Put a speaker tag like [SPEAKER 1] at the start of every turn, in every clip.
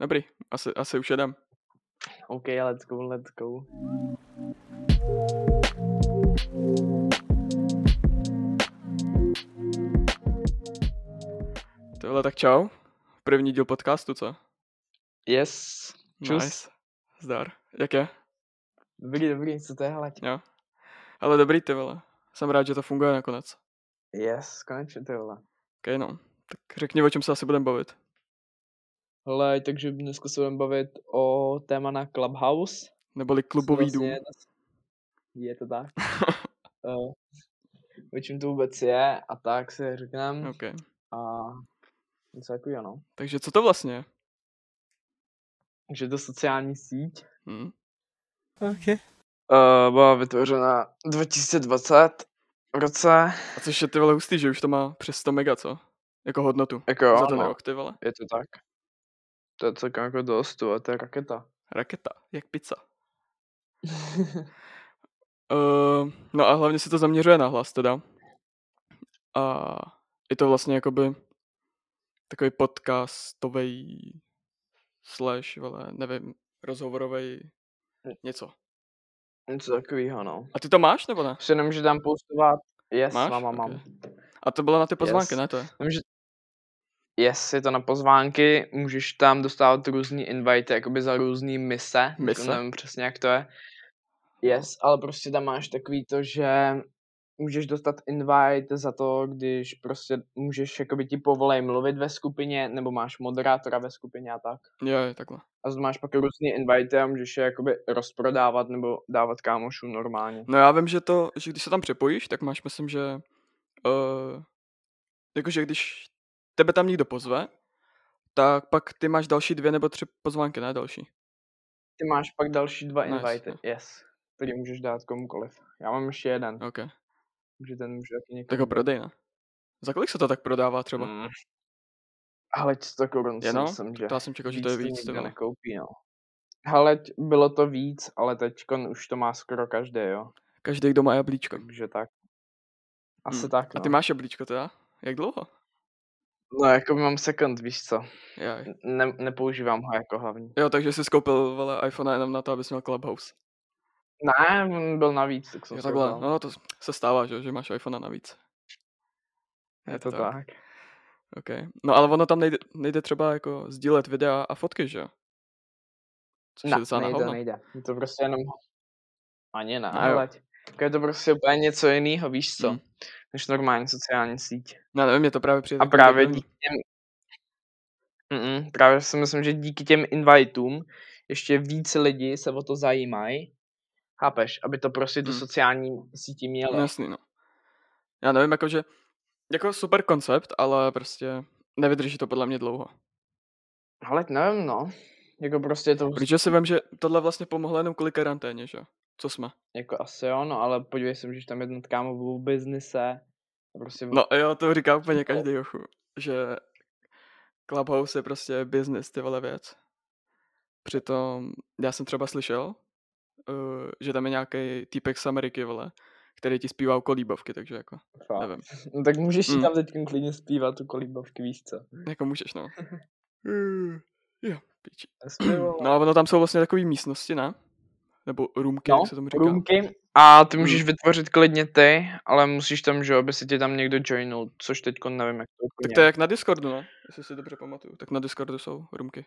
[SPEAKER 1] Dobrý, asi, asi už jedem.
[SPEAKER 2] OK, let's go, let's go.
[SPEAKER 1] Tohle tak čau. První díl podcastu, co?
[SPEAKER 2] Yes. Čus.
[SPEAKER 1] Nice. Zdar. Jak je?
[SPEAKER 2] Dobrý, dobrý, co to je, hele?
[SPEAKER 1] Jo. Ale dobrý ty vole. Jsem rád, že to funguje nakonec.
[SPEAKER 2] Yes, konečně to vole.
[SPEAKER 1] Ok, no. Tak řekni, o čem se asi budeme bavit.
[SPEAKER 2] Hele, takže dneska se budeme bavit o téma na Clubhouse.
[SPEAKER 1] Neboli klubový
[SPEAKER 2] Co
[SPEAKER 1] dům.
[SPEAKER 2] vlastně Je, je to tak. uh, o čem to vůbec je a tak se řekneme.
[SPEAKER 1] Ok.
[SPEAKER 2] A něco takového, no.
[SPEAKER 1] Takže co to vlastně je?
[SPEAKER 2] Takže to sociální síť,
[SPEAKER 1] Hm?
[SPEAKER 3] Okay.
[SPEAKER 2] uh, byla vytvořena 2020 v roce.
[SPEAKER 1] A což je ty vole hustý, že už to má přes 100 mega, co? Jako hodnotu.
[SPEAKER 2] Jako
[SPEAKER 1] Za
[SPEAKER 2] jo,
[SPEAKER 1] ten
[SPEAKER 2] no,
[SPEAKER 1] rok, ty vole.
[SPEAKER 2] je to tak. To je celkem jako dost, to, to je raketa.
[SPEAKER 1] Raketa, jak pizza. Uh, no a hlavně se to zaměřuje na hlas teda. A je to vlastně jakoby takový podcastový slash, vole, nevím, rozhovorový něco.
[SPEAKER 2] Něco takového, no.
[SPEAKER 1] A ty to máš nebo ne?
[SPEAKER 2] Přenom, že tam postovat. Yes,
[SPEAKER 1] Máš?
[SPEAKER 2] máš? mám,
[SPEAKER 1] Ok.
[SPEAKER 2] mám, mám.
[SPEAKER 1] A to bylo na ty pozvánky,
[SPEAKER 2] Yes.
[SPEAKER 1] ne to je?
[SPEAKER 2] Vím, že... Yes, je to na pozvánky, můžeš tam dostávat různý invite, jakoby za různý mise. Jako
[SPEAKER 1] Mise?
[SPEAKER 2] Nevím přesně, jak to je. Yes, ale prostě tam máš takový to, že můžeš dostat invite za to, když prostě můžeš, jakoby ti povolej mluvit ve skupině, nebo máš moderátora ve skupině a tak.
[SPEAKER 1] Jo, jo, takhle.
[SPEAKER 2] A z- máš pak různý invite a můžeš je jakoby rozprodávat nebo dávat kámošům normálně.
[SPEAKER 1] No já vím, že to, že když se tam připojíš, tak máš, myslím, že uh, jakože když tebe tam někdo pozve, tak pak ty máš další dvě nebo tři pozvánky, ne další.
[SPEAKER 2] Ty máš pak další dva
[SPEAKER 1] No,
[SPEAKER 2] invity,
[SPEAKER 1] jasně.
[SPEAKER 2] yes. Který můžeš dát komukoliv. Já mám ještě jeden,
[SPEAKER 1] Ok,
[SPEAKER 2] takže ten můžu taky někomu
[SPEAKER 1] No. tak ho
[SPEAKER 2] dát.
[SPEAKER 1] prodej, ne? Za kolik se to tak prodává třeba?
[SPEAKER 2] Mm. Ale 100 korun si
[SPEAKER 1] Jenom?
[SPEAKER 2] myslím, že
[SPEAKER 1] To já jsem čekal, jako, že to je
[SPEAKER 2] to
[SPEAKER 1] víc. ty
[SPEAKER 2] nikdo
[SPEAKER 1] vole.
[SPEAKER 2] nekoupí, no. Hele, t- bylo to víc, ale teďkon už to má skoro každý, jo.
[SPEAKER 1] Každý, kdo má jablíčko.
[SPEAKER 2] Takže tak. Asi
[SPEAKER 1] Hmm.
[SPEAKER 2] tak,
[SPEAKER 1] A
[SPEAKER 2] no.
[SPEAKER 1] ty máš jablíčko teda? Jak dlouho?
[SPEAKER 2] No, jako mám second, víš co.
[SPEAKER 1] Jaj.
[SPEAKER 2] Ne- nepoužívám ho jako hlavní.
[SPEAKER 1] Jo, takže jsi skoupil vole, iPhone jenom na to, abys měl Clubhouse.
[SPEAKER 2] Ne, on byl navíc, tak jsem
[SPEAKER 1] Jo,
[SPEAKER 2] si
[SPEAKER 1] takhle,
[SPEAKER 2] vzal.
[SPEAKER 1] no to se stává, že, že máš iPhone navíc.
[SPEAKER 2] Je to tak.
[SPEAKER 1] Okay. No ale ono tam nejde, nejde třeba jako sdílet videa a fotky, že jo? Což je
[SPEAKER 2] Ne,
[SPEAKER 1] docela na
[SPEAKER 2] nejde,
[SPEAKER 1] hovno.
[SPEAKER 2] nejde. Je to prostě jenom... Ani ne,
[SPEAKER 1] Ne, jo.
[SPEAKER 2] ale je to prostě úplně něco jiného, víš co,
[SPEAKER 1] Hmm.
[SPEAKER 2] než normální sociální síť.
[SPEAKER 1] Ne, nevím, je to právě přijde
[SPEAKER 2] A
[SPEAKER 1] takový
[SPEAKER 2] právě
[SPEAKER 1] debilní.
[SPEAKER 2] díky těm... Mm-mm, právě si myslím, že díky těm invitům ještě víc lidí se o to zajímají. Chápeš? Aby to prostě do
[SPEAKER 1] Mm.
[SPEAKER 2] sociální sítí mělo.
[SPEAKER 1] No jasný, no. Já nevím, jakože, jako super koncept, ale prostě nevydrží to podle mě dlouho.
[SPEAKER 2] Ale nevím, no. Jako prostě je to hustý,
[SPEAKER 1] Protože si vím, že tohle vlastně pomohlo jenom kvůli karanténě, že jo? Co jsme?
[SPEAKER 2] jako asi jo, no, ale podívej se, můžeš tam jednat kámo v biznise. Prostě
[SPEAKER 1] No jo, to říká úplně každý jochu, že Clubhouse je prostě business, ty vole věc. Přitom já jsem třeba slyšel, eh, že tam je nějaký týpek z Ameriky, vole, který ti zpívá kolíbovky, takže jako,
[SPEAKER 2] fakt.
[SPEAKER 1] nevím.
[SPEAKER 2] No, tak můžeš si
[SPEAKER 1] Mm.
[SPEAKER 2] tam teď klidně zpívat tu kolíbovky, víš co.
[SPEAKER 1] Jako můžeš, no. Eh, Jo, piči.
[SPEAKER 2] Zpívalo.
[SPEAKER 1] No a ono tam jsou vlastně takové místnosti, ne? Nebo roomky,
[SPEAKER 2] No,
[SPEAKER 1] jak se tomu říká.
[SPEAKER 2] Roomky. A ty
[SPEAKER 1] Mm.
[SPEAKER 2] můžeš vytvořit klidně ty, ale musíš tam, že jo, aby si tě tam někdo joinul, což teď nevím, jak to
[SPEAKER 1] Tak
[SPEAKER 2] úplně
[SPEAKER 1] to je jak na Discordu, ne? Jestli si dobře pamatuju. Tak na Discordu jsou roomky.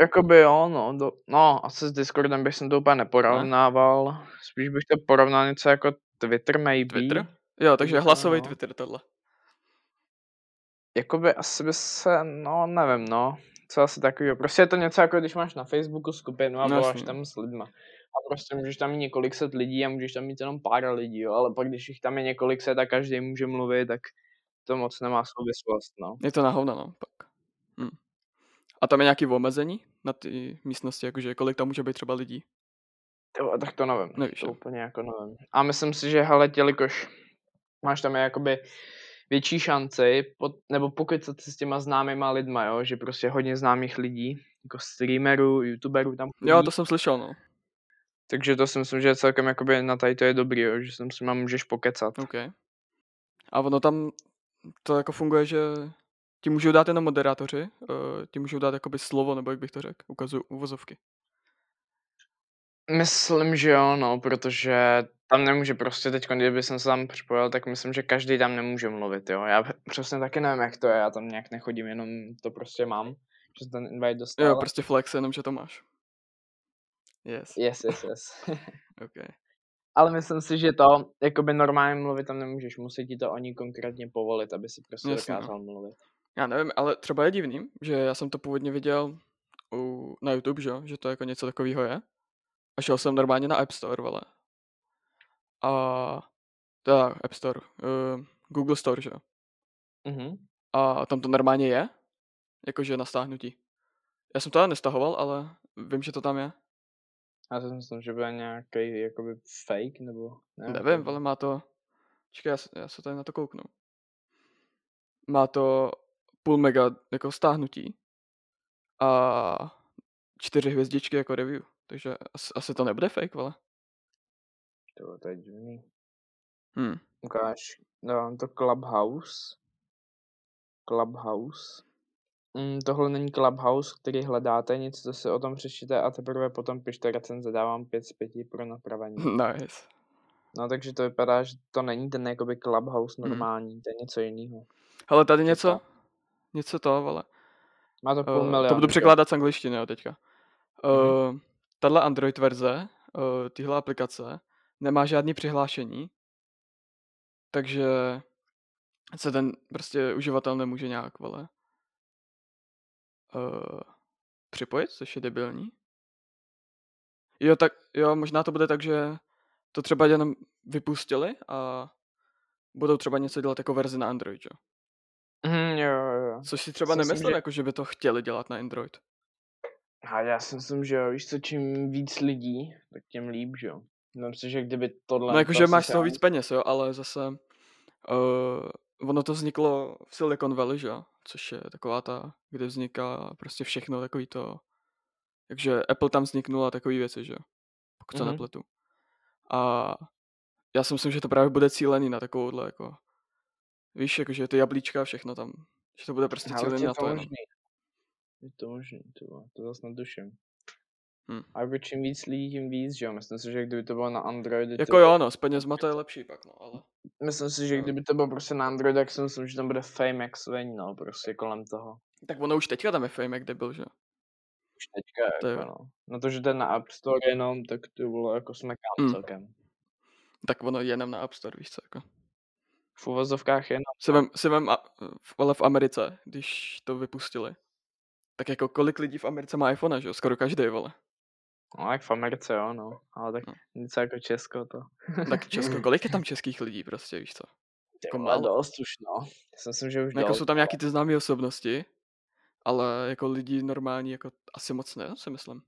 [SPEAKER 2] Jakoby jo, no, do, no, asi s Discordem bych jsem to úplně neporovnával, spíš bych to porovnal něco jako Twitter maybe.
[SPEAKER 1] Twitter? Jo, takže
[SPEAKER 2] Možná,
[SPEAKER 1] hlasový
[SPEAKER 2] no.
[SPEAKER 1] Twitter tohle.
[SPEAKER 2] Jakoby asi by se, no, nevím, no, co asi takového. Prostě je to něco jako když máš na Facebooku skupinu a
[SPEAKER 1] No,
[SPEAKER 2] voláš
[SPEAKER 1] jasně.
[SPEAKER 2] tam s lidma. A prostě můžeš tam mít několik set lidí a můžeš tam mít jenom pár lidí, jo, ale pak když jich tam je několik set a každý může mluvit, tak to moc nemá souvislost, no.
[SPEAKER 1] Je to na hovno, no, pak. Hm. A tam je nějaký omezení na ty místnosti, jakože kolik tam může být třeba lidí?
[SPEAKER 2] Jo, tak to nevím.
[SPEAKER 1] Nevíš,
[SPEAKER 2] to
[SPEAKER 1] No, jo.
[SPEAKER 2] úplně jako nevím. A myslím si, že hele, jelikož máš tam jakoby větší šanci, pod, nebo pokud se s těma známýma lidma, jo, že prostě hodně známých lidí, jako streamerů, youtuberů tam chodí,
[SPEAKER 1] Jo, to jsem slyšel, no.
[SPEAKER 2] takže to si myslím, že je celkem jakoby na tady to je dobrý, jo, že s nima můžeš pokecat.
[SPEAKER 1] OK. A ono tam to jako funguje, že Ti můžou dát jenom moderátoři, uh, ti můžou dát jakoby slovo, nebo jak bych to řekl, ukazuju uvozovky.
[SPEAKER 2] Myslím, že jo, no, protože tam nemůže prostě teď, kdyby jsem se tam připojil, tak myslím, že každý tam nemůže mluvit, jo. Já přesně taky nevím, jak to je, já tam nějak nechodím, jenom to prostě mám, že jsem ten invite dostal.
[SPEAKER 1] Jo, prostě flex, jenom že to máš. Yes,
[SPEAKER 2] Yes, yes, yes.
[SPEAKER 1] ok.
[SPEAKER 2] Ale myslím si, že to, jakoby normálně mluvit tam nemůžeš, musí ti to oni konkrétně povolit, aby si prostě
[SPEAKER 1] Jasně, no.
[SPEAKER 2] dokázal mluvit.
[SPEAKER 1] Já nevím, ale třeba je divný, že já jsem to původně viděl u, na YouTube, že, jo, že to jako něco takového je. A šel jsem normálně na App Store, vole. A teda App Store, uh, Google Store, že jo.
[SPEAKER 2] Mhm.
[SPEAKER 1] A tam to normálně je, jakože na stáhnutí. Já jsem to ale nestahoval, ale vím, že to tam je.
[SPEAKER 2] Já si myslím, že byl nějaký jakoby fake, nebo...
[SPEAKER 1] Nevím, ale má to... Čekaj, já, se- já se tady na to kouknu. Má to půl mega jako stáhnutí a čtyři hvězdičky jako review. Takže asi, asi to nebude fake, vole.
[SPEAKER 2] To, to je divný.
[SPEAKER 1] Hmm.
[SPEAKER 2] Ukáž, dávám to Clubhouse. Clubhouse. Mm, tohle není Clubhouse, který hledáte, nic, co si o tom přečtete a teprve potom pište recenze, dávám 5 z 5 pro napravení.
[SPEAKER 1] Hm. Nice.
[SPEAKER 2] No takže to vypadá, že to není ten jakoby Clubhouse
[SPEAKER 1] Mhm.
[SPEAKER 2] normální, to je něco jiného.
[SPEAKER 1] Hele, tady
[SPEAKER 2] Přesně.
[SPEAKER 1] něco, něco to, vole.
[SPEAKER 2] Má to půl
[SPEAKER 1] Uh,
[SPEAKER 2] milionu.
[SPEAKER 1] to budu
[SPEAKER 2] že jo?
[SPEAKER 1] překládat z angličtiny, jo, teďka.
[SPEAKER 2] Mhm.
[SPEAKER 1] Uh, tahle Android verze, uh, tyhle aplikace, nemá žádný přihlášení, takže se ten prostě uživatel nemůže nějak, vole, uh, připojit, což je debilní. Jo, tak, jo, možná to bude tak, že to třeba jenom vypustili a budou třeba něco dělat jako verzi na Android, jo.
[SPEAKER 2] Mhm, jo, jo, jo.
[SPEAKER 1] Což si třeba
[SPEAKER 2] Myslím,
[SPEAKER 1] nemyslím,
[SPEAKER 2] že-
[SPEAKER 1] jako že by to chtěli dělat na Android.
[SPEAKER 2] A já si myslím, že jo, víš co, čím víc lidí, tak tím líp, že jo. Myslím si, že kdyby tohle...
[SPEAKER 1] No jakože
[SPEAKER 2] to
[SPEAKER 1] máš z
[SPEAKER 2] sice
[SPEAKER 1] toho
[SPEAKER 2] ani-
[SPEAKER 1] víc peněz, jo, ale zase uh, ono to vzniklo v Silicon Valley, že jo, což je taková ta, kde vzniká prostě všechno takový to, takže Apple tam vzniknula a takový věci, že jo, pokud se
[SPEAKER 2] Mhm.
[SPEAKER 1] nepletu. A já si myslím, že to právě bude cílený na takovouhle, jako, víš, jakože ty jablíčka, všechno tam, že to bude prostě
[SPEAKER 2] Ale
[SPEAKER 1] cílený
[SPEAKER 2] je
[SPEAKER 1] na
[SPEAKER 2] to
[SPEAKER 1] to jenom.
[SPEAKER 2] možný. Je to možný, to, vole, to zase netuším.
[SPEAKER 1] Hm.
[SPEAKER 2] A jako čím víc lidí, tím víc, že jo. Myslím si, že kdyby to bylo na Androidu,
[SPEAKER 1] Jako
[SPEAKER 2] to...
[SPEAKER 1] jo, no, s penězma to je lepší pak, no, ale.
[SPEAKER 2] Myslím si, že
[SPEAKER 1] jo.
[SPEAKER 2] kdyby to bylo prostě na Androidu, tak si myslím, že tam bude fame jak svení, no, prostě kolem toho.
[SPEAKER 1] Tak ono už teďka tam je fame, jak debil, že jo.
[SPEAKER 2] Už teďka,
[SPEAKER 1] To je-
[SPEAKER 2] jako no. Na to, že ten na App Store jenom, tak to bylo jako smekám
[SPEAKER 1] Hm.
[SPEAKER 2] celkem.
[SPEAKER 1] Tak ono jenom na App Store, víš co, jako.
[SPEAKER 2] V uvozovkách jenom.
[SPEAKER 1] Se vem, se vem a, v, ale v Americe, když to vypustili, tak jako kolik lidí v Americe má iPhone, že jo? Skoro každý, vole.
[SPEAKER 2] No, jak v Americe, jo, no. Ale tak
[SPEAKER 1] Hm.
[SPEAKER 2] něco jako Česko to.
[SPEAKER 1] Tak Česko, kolik je tam českých lidí prostě, víš co?
[SPEAKER 2] Ty
[SPEAKER 1] Jako
[SPEAKER 2] vole,
[SPEAKER 1] málo.
[SPEAKER 2] dost už, no. Já si myslím, že už
[SPEAKER 1] No, jako
[SPEAKER 2] dost.
[SPEAKER 1] jsou tam nějaký ty známé osobnosti, ale jako lidi normální, jako asi moc ne, si myslím. Mm,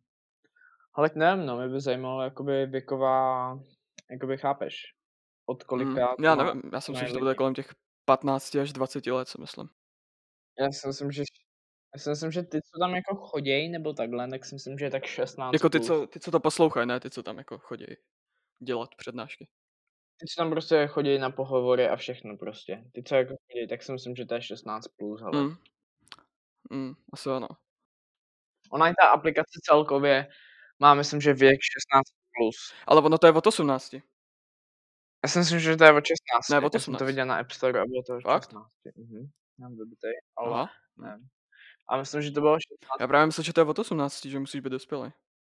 [SPEAKER 2] Ale tak nevím, no, mě by zajímalo, jakoby věková, jakoby chápeš, od
[SPEAKER 1] Mm,
[SPEAKER 2] kolika to
[SPEAKER 1] já
[SPEAKER 2] má-
[SPEAKER 1] nevím, já si
[SPEAKER 2] to
[SPEAKER 1] myslím,
[SPEAKER 2] mají
[SPEAKER 1] že to bude
[SPEAKER 2] lidi.
[SPEAKER 1] kolem těch 15 až 20 let, si myslím.
[SPEAKER 2] Já si myslím, že, já si myslím, že ty, co tam jako choděj, nebo takhle, tak si myslím, že je tak 16
[SPEAKER 1] Jako ty
[SPEAKER 2] plus.
[SPEAKER 1] co, ty, co to poslouchají, ne ty, co tam jako chodí dělat přednášky.
[SPEAKER 2] Ty, co tam prostě choděj na pohovory a všechno prostě. Ty, co jako choděj, tak si myslím, že to je 16 plus, ale.
[SPEAKER 1] Mm. Mm, asi ano.
[SPEAKER 2] Ona i ta aplikace celkově má, myslím, že věk 16 plus.
[SPEAKER 1] Ale ono to je od 18.
[SPEAKER 2] Já si myslím, že to je od 16.
[SPEAKER 1] Ne, od
[SPEAKER 2] Já jsem
[SPEAKER 1] 18.
[SPEAKER 2] to viděl na App Store a bylo to od
[SPEAKER 1] Fakt?
[SPEAKER 2] 16. Mhm. Já byl by tady, ale
[SPEAKER 1] Aha.
[SPEAKER 2] nevím. A myslím, že to bylo 16.
[SPEAKER 1] Já právě myslím, že to je od 18, že musíš být dospělý.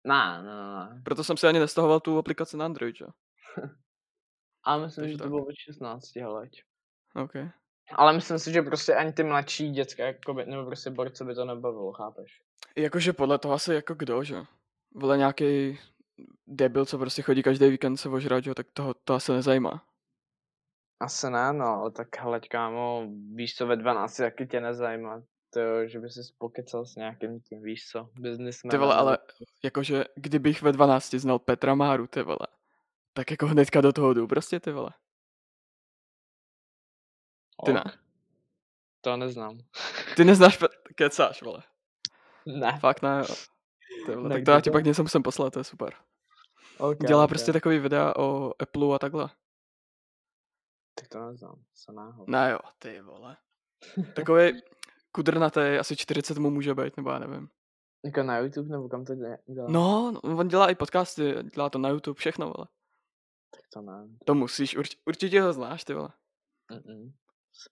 [SPEAKER 2] Ne, ne, ne, ne.
[SPEAKER 1] Proto jsem si ani nestahoval tu aplikaci na Android, jo.
[SPEAKER 2] A myslím,
[SPEAKER 1] Takže
[SPEAKER 2] že to
[SPEAKER 1] tak.
[SPEAKER 2] bylo od 16 let.
[SPEAKER 1] OK.
[SPEAKER 2] Ale myslím si, že prostě ani ty mladší děcka, jakoby, nebo prostě borce by to nebavilo, chápeš?
[SPEAKER 1] Jakože podle toho asi jako kdo, že? jo. Vole nějaký debil, co prostě chodí každý víkend se ožrat, že? jo, tak toho to asi nezajímá.
[SPEAKER 2] Asi ne, no, ale tak hele, kámo, víš co, ve 12 taky tě nezajímá, to, jo, že by si spokecal s nějakým tím, víš co, businessmanem.
[SPEAKER 1] Ty vole,
[SPEAKER 2] nebo-
[SPEAKER 1] ale jakože kdybych ve 12 znal Petra Máru, ty vole, tak jako hnedka do toho jdu, prostě ty vole. ty ne.
[SPEAKER 2] Ok, To neznám.
[SPEAKER 1] Ty neznáš Pet- kecáš, vole.
[SPEAKER 2] ne.
[SPEAKER 1] Fakt ne, jo. Ty vole,
[SPEAKER 2] Tak
[SPEAKER 1] tak to já
[SPEAKER 2] kdo
[SPEAKER 1] ti
[SPEAKER 2] to
[SPEAKER 1] pak něco musím poslat, to je super.
[SPEAKER 2] Okay,
[SPEAKER 1] Dělá prostě takový videa o Apple a takhle.
[SPEAKER 2] Tak to neznám, se náhodou.
[SPEAKER 1] Ne jo, ty vole. Takový kudrnatý, asi 40 mu může být, nebo já nevím.
[SPEAKER 2] Jako na YouTube, nebo kam to dě- dělá?
[SPEAKER 1] No, no, on dělá i podcasty, dělá to na YouTube, všechno, vole.
[SPEAKER 2] Tak to ne.
[SPEAKER 1] To musíš, urč, určitě ho znáš, ty vole.
[SPEAKER 2] Mm-mm.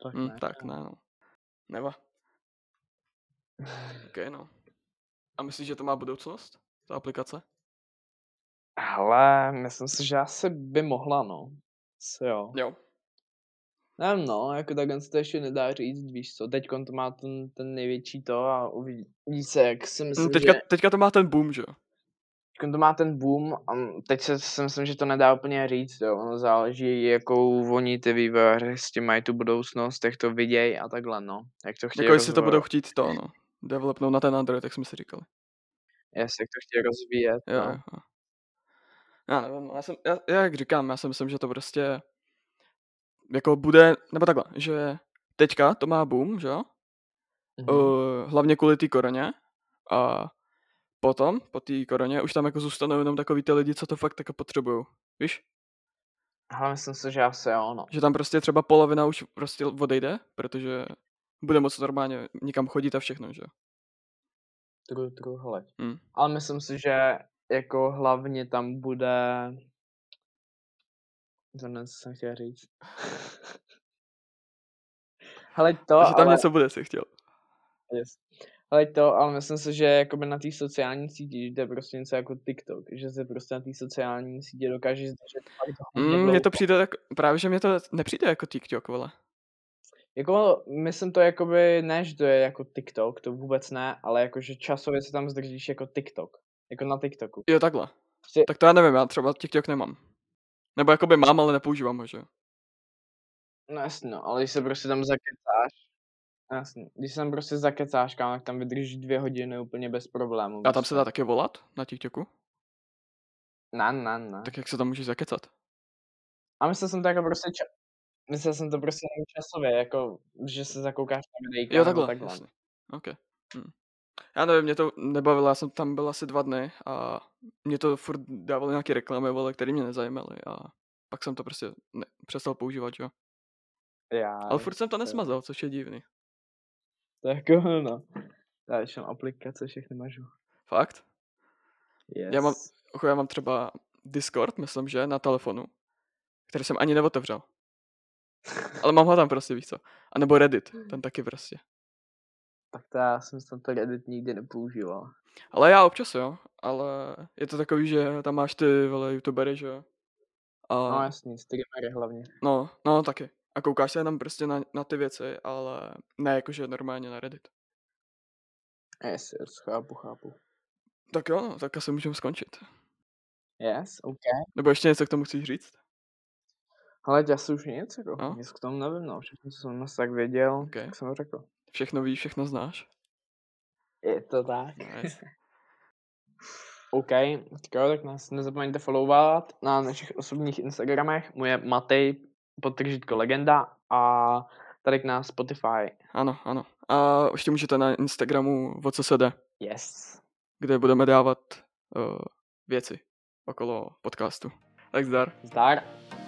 [SPEAKER 2] Fakt
[SPEAKER 1] Hm,
[SPEAKER 2] ne.
[SPEAKER 1] tak, ne, no. Neva. Ok, no. A myslíš, že to má budoucnost? Ta aplikace?
[SPEAKER 2] Hele, myslím si, že asi by mohla, no. Asi jo.
[SPEAKER 1] Jo.
[SPEAKER 2] Nevím, no, jako takhle se to ještě nedá říct, víš co, teď to má ten, ten největší to a uvidí, uvidí se, jak si myslím,
[SPEAKER 1] Hm, Teďka,
[SPEAKER 2] že
[SPEAKER 1] teďka to má ten boom, že jo?
[SPEAKER 2] teďkon to má ten boom a m- teď se, si myslím, že to nedá úplně říct, jo, ono záleží, jakou oni ty vývojáři s tím mají tu budoucnost, jak to vidějí a takhle, no, jak to chtějí
[SPEAKER 1] Jako jestli to
[SPEAKER 2] rozvojovat.
[SPEAKER 1] budou chtít to, no. Developnout na ten Android, jak jsme si říkali.
[SPEAKER 2] Jestli jak to chtějí rozvíjet,
[SPEAKER 1] Jo,
[SPEAKER 2] no.
[SPEAKER 1] jo. jo. Já nevím, já, jsem, já, já jak říkám, já si myslím, že to prostě jako bude, nebo takhle, že teďka to má boom, že jo?
[SPEAKER 2] Mhm.
[SPEAKER 1] Uh, hlavně kvůli té koroně. A potom, po té koroně, už tam jako zůstanou jenom takový ty lidi, co to fakt jako potřebují. Víš?
[SPEAKER 2] Ale myslím si, že asi jo, no.
[SPEAKER 1] Že tam prostě třeba polovina už prostě odejde, protože bude moc normálně nikam chodit a všechno, že jo?
[SPEAKER 2] Tru, tru, hele.
[SPEAKER 1] Mm.
[SPEAKER 2] Ale myslím si, že jako hlavně tam bude... To ne, co jsem chtěl říct. Hele to,
[SPEAKER 1] Že tam
[SPEAKER 2] ale...
[SPEAKER 1] něco bude, si chtěl.
[SPEAKER 2] Yes. Hele to, ale myslím si, že jakoby na té sociální síti, že to je prostě něco jako TikTok, že se prostě na té sociální sítě dokáže zdržet fakt hodně
[SPEAKER 1] Mm, mně
[SPEAKER 2] dlouho.
[SPEAKER 1] to přijde tak, právě že mě to nepřijde jako TikTok, vole.
[SPEAKER 2] Jako, myslím to jakoby, ne, že to je jako TikTok, to vůbec ne, ale jakože časově se tam zdržíš jako TikTok. Jako na TikToku.
[SPEAKER 1] Jo, takhle.
[SPEAKER 2] Prostě-
[SPEAKER 1] Tak to já nevím, já třeba TikTok nemám. Nebo jakoby mám, ale nepoužívám ho, že jo?
[SPEAKER 2] No jasně, no, ale když se prostě tam zakecáš, no jasně, když se tam prostě zakecáš, kámo, tak tam vydržíš dvě hodiny úplně bez problémů. prostě.
[SPEAKER 1] A tam se dá taky volat na TikToku?
[SPEAKER 2] Na, na, na.
[SPEAKER 1] Tak jak se tam můžeš zakecat?
[SPEAKER 2] A myslel jsem to jako prostě ča... Myslel jsem to prostě jenom časově, jako, že se zakoukáš na videjka.
[SPEAKER 1] Jo,
[SPEAKER 2] nebo
[SPEAKER 1] takhle, takhle. jasně. OK. Hm. Já nevím, mě to nebavilo, já jsem tam byl asi dva dny a mě to furt dávalo nějaké reklamy, vole, které mě nezajímaly a pak jsem to prostě ne, přestal používat, jo.
[SPEAKER 2] Já,
[SPEAKER 1] Ale furt jsem to nesmazal, což je divný.
[SPEAKER 2] to je jako, no. Já ještě mám aplikace, všechny mažu.
[SPEAKER 1] Fakt?
[SPEAKER 2] Yes.
[SPEAKER 1] Já mám- Ocho, Jako já mám třeba Discord, myslím, že, na telefonu, který jsem ani neotevřel. Ale mám ho tam prostě, víš co. A nebo Reddit, ten taky prostě.
[SPEAKER 2] Tak to já jsem snad to Reddit nikdy nepoužíval.
[SPEAKER 1] Ale já občas jo, ale je to takový, že tam máš ty vole youtubery, že jo. A
[SPEAKER 2] No jasný, streamery hlavně.
[SPEAKER 1] No, no taky. A koukáš se jenom prostě na, na ty věci, ale ne jakože normálně na Reddit.
[SPEAKER 2] Yes, yes, chápu, chápu.
[SPEAKER 1] Tak jo, no, tak asi můžeme skončit.
[SPEAKER 2] Yes, OK.
[SPEAKER 1] Nebo ještě něco k tomu chceš říct?
[SPEAKER 2] Ale já si už nic, jako,
[SPEAKER 1] No.
[SPEAKER 2] no. nic k tomu nevím, no, všechno, co jsem asi tak věděl,
[SPEAKER 1] OK.
[SPEAKER 2] tak jsem řekl.
[SPEAKER 1] Všechno víš, všechno znáš?
[SPEAKER 2] Je to tak.
[SPEAKER 1] Nice.
[SPEAKER 2] OK, tak jo, tak nás nezapomeňte followovat na našich osobních Instagramech, moje Matej, podtržitko legenda a tady k nás Spotify.
[SPEAKER 1] Ano, ano. A ještě můžete na Instagramu o co se jde,
[SPEAKER 2] Yes.
[SPEAKER 1] kde budeme eh, dávat uh, věci okolo podcastu. Tak zdar.
[SPEAKER 2] Zdar.